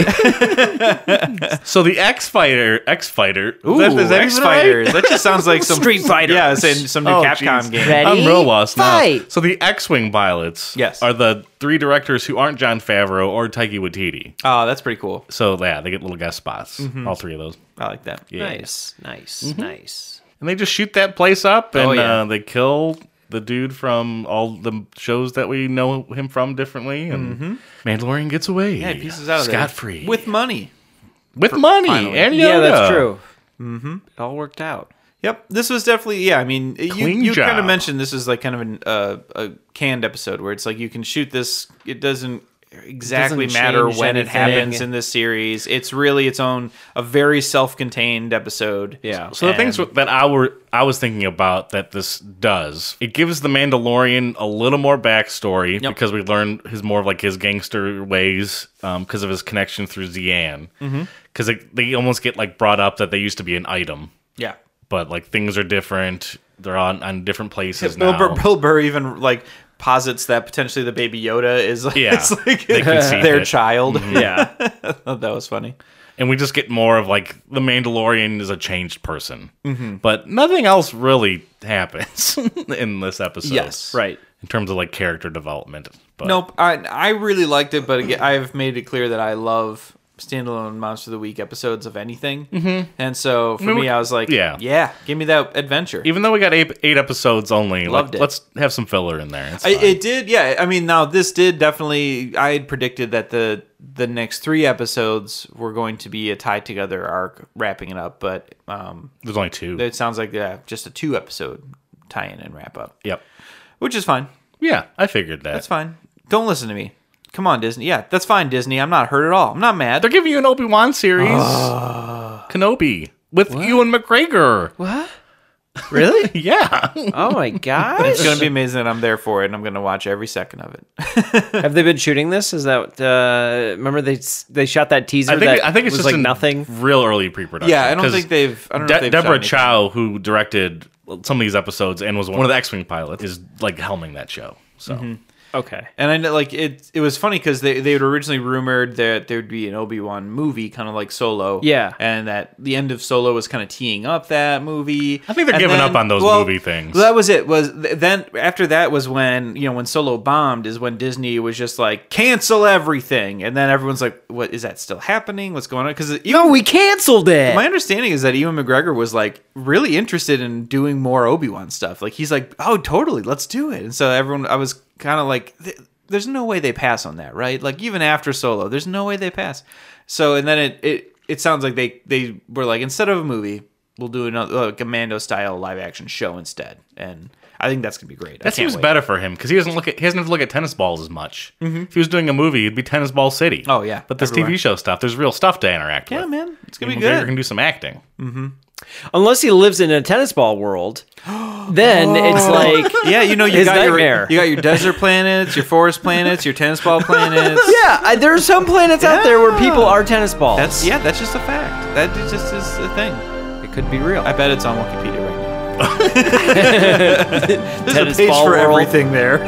Speaker 1: So the X Fighter, X Fighter,
Speaker 3: Ooh,
Speaker 1: Is that- is that
Speaker 3: X
Speaker 1: even right?
Speaker 3: Fighter. That just sounds like some
Speaker 2: Street Fighter.
Speaker 3: Yeah, it's in some new
Speaker 1: Oh,
Speaker 3: Capcom
Speaker 1: jeez.
Speaker 3: game.
Speaker 2: Red- Ready?
Speaker 1: I'm real lost now.
Speaker 2: Fight.
Speaker 1: So the X-wing pilots,
Speaker 3: Yes.
Speaker 1: are the three directors who aren't John Favreau or Taiki Waititi.
Speaker 3: Oh, that's pretty cool.
Speaker 1: So yeah, they get little guest spots.
Speaker 3: Mm-hmm.
Speaker 1: All three of those,
Speaker 3: I like that.
Speaker 1: Yeah.
Speaker 2: nice, nice, nice.
Speaker 1: and they just shoot that place up, and
Speaker 3: Oh, yeah.
Speaker 1: uh, they kill the dude from all the shows that we know him from differently, and Mandalorian gets away.
Speaker 3: Mm-hmm. Yeah, he pieces out of there.
Speaker 1: scot free
Speaker 3: with money.
Speaker 1: with money.
Speaker 3: finally.
Speaker 1: And
Speaker 2: Yeah, that's
Speaker 1: Yoda.
Speaker 2: true. Mm-hmm. It all worked out.
Speaker 3: Yep, this was definitely yeah. I mean, you,
Speaker 1: Clean
Speaker 3: you kind of
Speaker 1: job.
Speaker 3: mentioned this is like kind of an, uh, a canned episode where it's like you can shoot this. It doesn't exactly
Speaker 2: Doesn't
Speaker 3: matter
Speaker 2: change
Speaker 3: when it
Speaker 2: anything.
Speaker 3: happens in this series. It's really its own a very self-contained episode.
Speaker 2: Yeah.
Speaker 1: So the things
Speaker 3: And-
Speaker 1: that I were I was thinking about that this does it gives the Mandalorian a little more backstory because we learn his more of like his gangster ways because of his connection through Zian
Speaker 3: Mm-hmm.
Speaker 1: because they almost get like brought up that they used to be an item
Speaker 3: yeah.
Speaker 1: but like things are different they're on on different places
Speaker 3: Bill,
Speaker 1: now
Speaker 3: Burr, Bill Burr even like posits that potentially the baby Yoda is like,
Speaker 1: Yeah,
Speaker 3: it's like
Speaker 1: they conceived
Speaker 3: their
Speaker 1: it. Mm-hmm.
Speaker 3: child.
Speaker 2: Yeah.
Speaker 3: I thought that was funny.
Speaker 1: and we just get more of like the Mandalorian is a changed person
Speaker 3: Mm-hmm.
Speaker 1: but nothing else really happens in this episode
Speaker 3: Yes.
Speaker 2: right.
Speaker 1: in terms of like character development but
Speaker 3: Nope. I I really liked it, but again, I've made it clear that I love standalone Monster of the Week episodes of anything. Mm-hmm. And so for me, I was like,
Speaker 1: yeah.
Speaker 3: yeah, give me that adventure.
Speaker 1: even though we got eight, eight episodes only, like,
Speaker 3: Loved it.
Speaker 1: let's have some filler in there. It's
Speaker 3: I,
Speaker 1: fine.
Speaker 3: it did, yeah. I mean, now this did definitely. I had predicted that the the next three episodes were going to be a tied together arc, wrapping it up. But um,
Speaker 1: There's only two.
Speaker 3: it sounds like yeah, just a two episode tie in and wrap up.
Speaker 1: yep.
Speaker 3: which is fine.
Speaker 1: Yeah, I figured that.
Speaker 3: That's fine. Don't listen to me. Come on, Disney. Yeah, that's fine, Disney. I'm not hurt at all. I'm not mad.
Speaker 1: They're giving you an Obi Wan series,
Speaker 3: Ah.
Speaker 1: Kenobi, with Ewan McGregor.
Speaker 2: What? Really?
Speaker 1: Yeah,
Speaker 2: oh my gosh.
Speaker 3: It's gonna be amazing that I'm there for it, and I'm gonna watch every second of it.
Speaker 2: Have they been shooting this? Is that uh remember they s- they shot that teaser
Speaker 1: I think
Speaker 2: that
Speaker 1: I think it's
Speaker 2: was
Speaker 1: just
Speaker 2: like
Speaker 1: in
Speaker 2: nothing?
Speaker 1: real early pre-production.
Speaker 3: Yeah, I don't
Speaker 1: 'cause
Speaker 3: think they've- I don't know
Speaker 1: De-
Speaker 3: if they've shot
Speaker 1: Deborah
Speaker 3: anything.
Speaker 1: Chow, who
Speaker 3: Mm-hmm.
Speaker 1: directed some of these episodes and was one of the X-wing pilots, is like helming that show. So
Speaker 2: Okay.
Speaker 3: And I know, like it. It was funny because they they had originally rumored that there would be an Obi Wan movie, kind of like Solo.
Speaker 2: Yeah.
Speaker 3: and that the end of Solo was kind of teeing up that movie.
Speaker 1: I think they're
Speaker 3: And
Speaker 1: giving up on those movie things.
Speaker 3: That was it. Was th- then after that was when you know when Solo bombed is when Disney was just like cancel everything, and then everyone's like, what is that still happening? What's going on? Because
Speaker 2: No, we canceled it.
Speaker 3: my understanding is that Ewan McGregor was like really interested in doing more Obi Wan stuff. Like he's like, oh, totally, let's do it. And so everyone, I was kind of like, th- there's no way they pass on that, right? Like even after Solo, there's no way they pass. So and then it it it sounds like they they were like instead of a movie, we'll do another like a Mando style live action show instead. And I think that's gonna be great. I
Speaker 1: That
Speaker 3: can't
Speaker 1: seems
Speaker 3: wait.
Speaker 1: better for him because he doesn't look at he doesn't have to look at tennis balls as much. If he was doing a movie, it'd be Tennis Ball City.
Speaker 3: Mm-hmm. Oh, yeah,
Speaker 1: but this
Speaker 3: everywhere.
Speaker 1: TV show stuff, there's real stuff to interact
Speaker 3: Yeah,
Speaker 1: with.
Speaker 3: man, it's gonna be
Speaker 1: Ewan McGregor
Speaker 3: good.
Speaker 1: can do some acting.
Speaker 2: Unless he lives in a tennis ball world, then
Speaker 1: Oh.
Speaker 2: it's like
Speaker 3: Yeah, you know you
Speaker 2: His
Speaker 3: got
Speaker 2: nightmare.
Speaker 3: your you got your desert planets, your forest planets, your tennis ball planets.
Speaker 2: yeah. I, there are some planets out there where people are tennis balls.
Speaker 3: That's yeah, that's just a fact. That is just is a thing.
Speaker 2: it could be real.
Speaker 3: I bet it's on Wikipedia right now. There's
Speaker 2: Tennis ball world.
Speaker 3: there.